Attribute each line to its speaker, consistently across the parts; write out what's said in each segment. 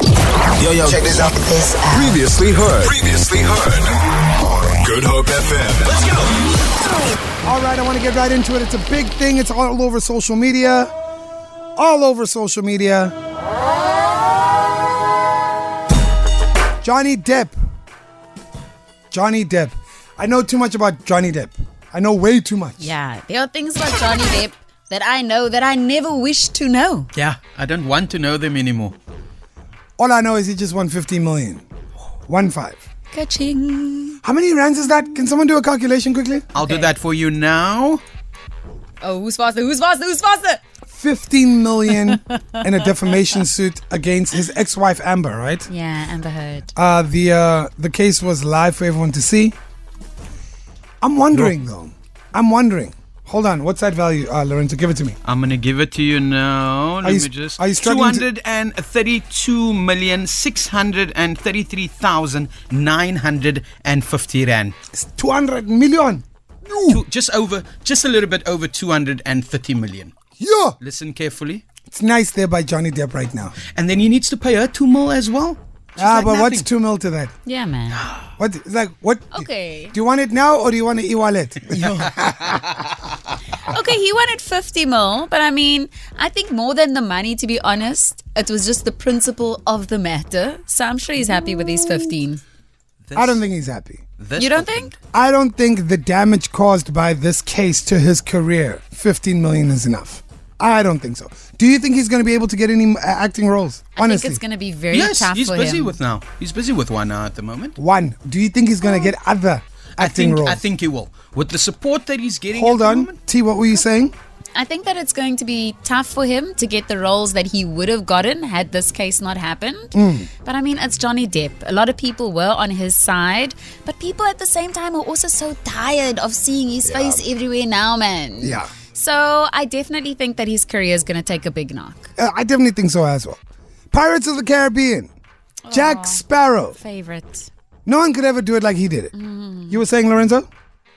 Speaker 1: Yo, yo, check this out.
Speaker 2: This app.
Speaker 3: Previously heard.
Speaker 1: Previously heard. Good Hope FM. Let's go.
Speaker 4: All right, I want to get right into it. It's a big thing. It's all over social media. All over social media. Johnny Depp. Johnny Depp. I know too much about Johnny Depp. I know way too much.
Speaker 2: Yeah, there are things about Johnny Depp that I know that I never wish to know.
Speaker 5: Yeah, I don't want to know them anymore.
Speaker 4: All I know is he just won 15 million. One five.
Speaker 2: Catching.
Speaker 4: How many rands is that? Can someone do a calculation quickly?
Speaker 5: I'll do
Speaker 2: Okay.
Speaker 5: that for you now.
Speaker 2: Oh, who's faster? Who's faster? Who's faster?
Speaker 4: 15 million in a defamation suit against his ex-wife Amber, right?
Speaker 2: Yeah, Amber Heard.
Speaker 4: Uh, the uh, the case was live for everyone to see. I'm wondering though. I'm wondering. Hold on. What's that value, uh, Lorenzo? Give it to me.
Speaker 5: I'm gonna give it to you now. Let
Speaker 4: you
Speaker 5: me
Speaker 4: s-
Speaker 5: just.
Speaker 4: are you struggling to-
Speaker 5: 232,633,950 rand.
Speaker 4: It's 200 million.
Speaker 5: Two- just over, just a little bit over 230 million.
Speaker 4: Yeah.
Speaker 5: Listen carefully.
Speaker 4: It's nice there by Johnny Depp right now.
Speaker 5: And then he needs to pay her two mil as well. She's
Speaker 4: ah,
Speaker 5: like
Speaker 4: but what's
Speaker 5: nothing.
Speaker 4: two mil to that?
Speaker 2: Yeah, man.
Speaker 4: What it's like what?
Speaker 2: Okay.
Speaker 4: Do you want it now or do you want an e-wallet?
Speaker 2: Okay, he wanted 50 mil, but I mean, I think more than the money, to be honest, it was just the principle of the matter. So I'm sure he's happy with his 15.
Speaker 4: I don't think he's happy.
Speaker 5: This
Speaker 2: You don't
Speaker 5: fucking-
Speaker 2: think?
Speaker 4: I don't think the damage caused by this case to his career, 15 million is enough. I don't think so. Do you think he's going to be able to get any uh, acting roles?
Speaker 2: I
Speaker 4: Honestly.
Speaker 2: think it's going to be very
Speaker 5: Yes,
Speaker 2: tough
Speaker 5: he's
Speaker 2: for
Speaker 5: busy
Speaker 2: him.
Speaker 5: with now. He's busy with one now at the moment.
Speaker 4: One, do you think he's going to get other acting
Speaker 5: I think
Speaker 4: roles?
Speaker 5: I think he will. With the support that he's getting.
Speaker 4: Hold
Speaker 5: at the
Speaker 4: on.
Speaker 5: moment-
Speaker 4: T, what were you saying?
Speaker 2: I think that it's going to be tough for him to get the roles that he would have gotten had this case not happened.
Speaker 4: Mm.
Speaker 2: But I mean, it's Johnny Depp. A lot of people were on his side, but people at the same time are also so tired of seeing his face everywhere now, man.
Speaker 4: Yeah.
Speaker 2: So I definitely think that his career is going to take a big knock.
Speaker 4: Uh, I definitely think so as well. Pirates of the Caribbean. Jack Sparrow.
Speaker 2: Favorite.
Speaker 4: No one could ever do it like he did it. You were saying, Lorenzo?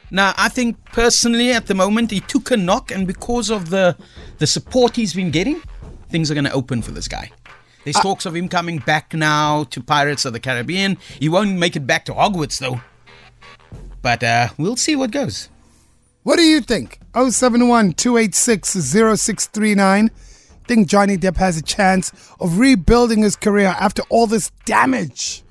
Speaker 5: Now, I think personally at the moment he took a knock, and because of the the support he's been getting, things are going to open for this guy. There's talks of him coming back now to Pirates of the Caribbean. He won't make it back to Hogwarts though. But uh, we'll see what goes.
Speaker 4: What do you think? 071 286 0639. Think Johnny Depp has a chance of rebuilding his career after all this damage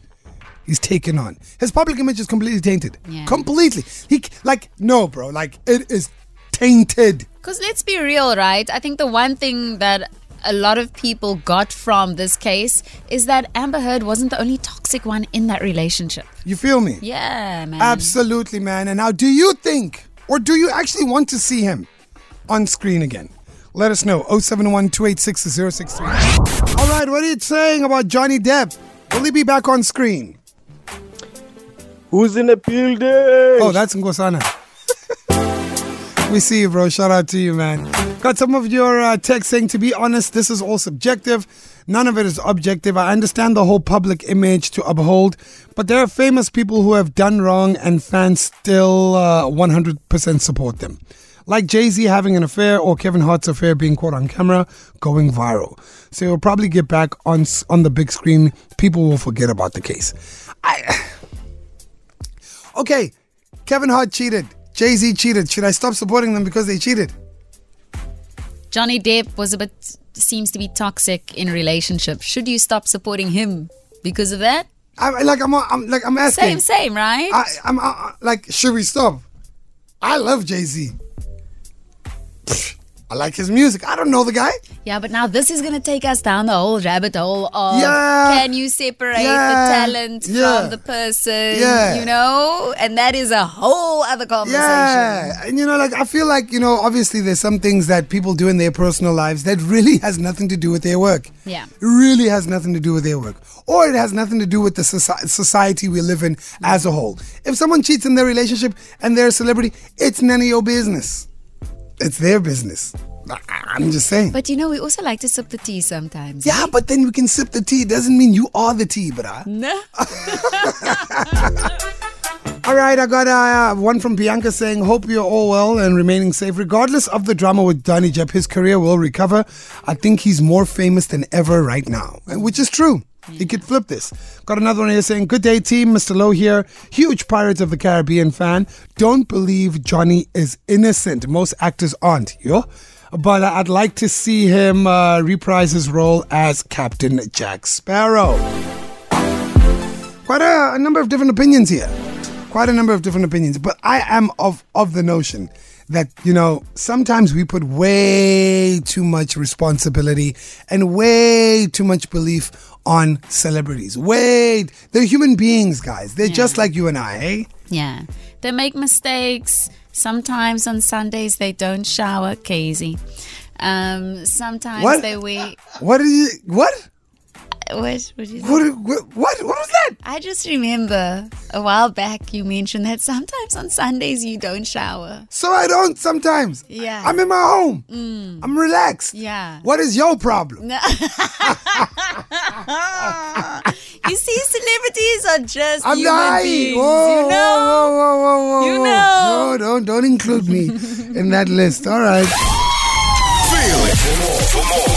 Speaker 4: he's taken on? His public image is completely tainted.
Speaker 2: Yeah.
Speaker 4: Completely. He c- like no, bro. Like it is tainted.
Speaker 2: Because let's be real, right? I think the one thing that a lot of people got from this case is that Amber Heard wasn't the only toxic one in that relationship.
Speaker 4: You feel me?
Speaker 2: Yeah, man.
Speaker 4: Absolutely, man. And now, do you think, or do you actually want to see him on screen again? Let us know. 071 286 063. All right, what are you saying about Johnny Depp? Will he be back on screen?
Speaker 6: Who's in the building?
Speaker 4: Oh, that's Ngosana. we see you, bro. Shout out to you, man. Got some of your uh, text saying, to be honest, this is all subjective. None of it is objective. I understand the whole public image to uphold, but there are famous people who have done wrong and fans still uh, 100% support them. Like Jay Z having an affair or Kevin Hart's affair being caught on camera, going viral. So he'll probably get back on s- on the big screen. People will forget about the case. I. okay, Kevin Hart cheated. Jay Z cheated. Should I stop supporting them because they cheated?
Speaker 2: Johnny Depp was a bit seems to be toxic in relationships. Should you stop supporting him because of that?
Speaker 4: I, like I'm, I'm like I'm asking.
Speaker 2: Same, same, right?
Speaker 4: I, I'm I, like, should we stop? I love Jay Z. I like his music. I don't know the guy.
Speaker 2: yeah, but now this is gonna take us down the whole rabbit hole of
Speaker 4: Yeah.
Speaker 2: can you separate
Speaker 4: Yeah.
Speaker 2: the talent
Speaker 4: Yeah.
Speaker 2: from the person?
Speaker 4: Yeah.
Speaker 2: You know, and that is a whole other conversation.
Speaker 4: Yeah, and you know, like I feel like you know, obviously there's some things that people do in their personal lives that really has nothing to do with their work.
Speaker 2: Yeah.
Speaker 4: it really has nothing to do with their work, or it has nothing to do with the soci- society we live in as a whole. If someone cheats in their relationship and they're a celebrity, it's none of your business. It's their business. I- I'm just saying.
Speaker 2: But you know, we also like to sip the tea sometimes.
Speaker 4: yeah, but then we can sip the tea. Doesn't mean you are the tea, but I.
Speaker 2: No.
Speaker 4: All right, I got uh, one from Bianca saying, Hope you're all well and remaining safe. Regardless of the drama with Johnny Depp, his career will recover. I think he's more famous than ever right now, and- which is true. He could flip this. Got another one here saying, Good day, team. Mr. Lowe here. Huge Pirates of the Caribbean fan. Don't believe Johnny is innocent. Most actors aren't. Yo. But I'd like to see him uh, reprise his role as Captain Jack Sparrow. Quite a, a number of different opinions here. Quite a number of different opinions. But I am of, of the notion that, you know, sometimes we put way too much responsibility and way too much belief on celebrities. Wait, they're human beings, guys. They're just like you and I, eh?
Speaker 2: Yeah. They make mistakes. Sometimes on Sundays they don't shower, Casey. Um, sometimes
Speaker 4: What?
Speaker 2: they wear.
Speaker 4: What did you, what?
Speaker 2: What would you say?
Speaker 4: What, what, what, what was that?
Speaker 2: I just remember a while back you mentioned that sometimes on Sundays you don't shower.
Speaker 4: So I don't sometimes.
Speaker 2: Yeah. Mm.
Speaker 4: I'm in my home. I'm relaxed.
Speaker 2: Yeah.
Speaker 4: What is your problem?
Speaker 2: You see, celebrities are just
Speaker 4: I'm
Speaker 2: human
Speaker 4: not.
Speaker 2: beings.
Speaker 4: Whoa,
Speaker 2: you know.
Speaker 4: whoa, whoa, whoa, whoa,
Speaker 2: You
Speaker 4: whoa.
Speaker 2: know.
Speaker 4: No, don't, don't include me in that list. All right.
Speaker 1: Feel it. For more, for more,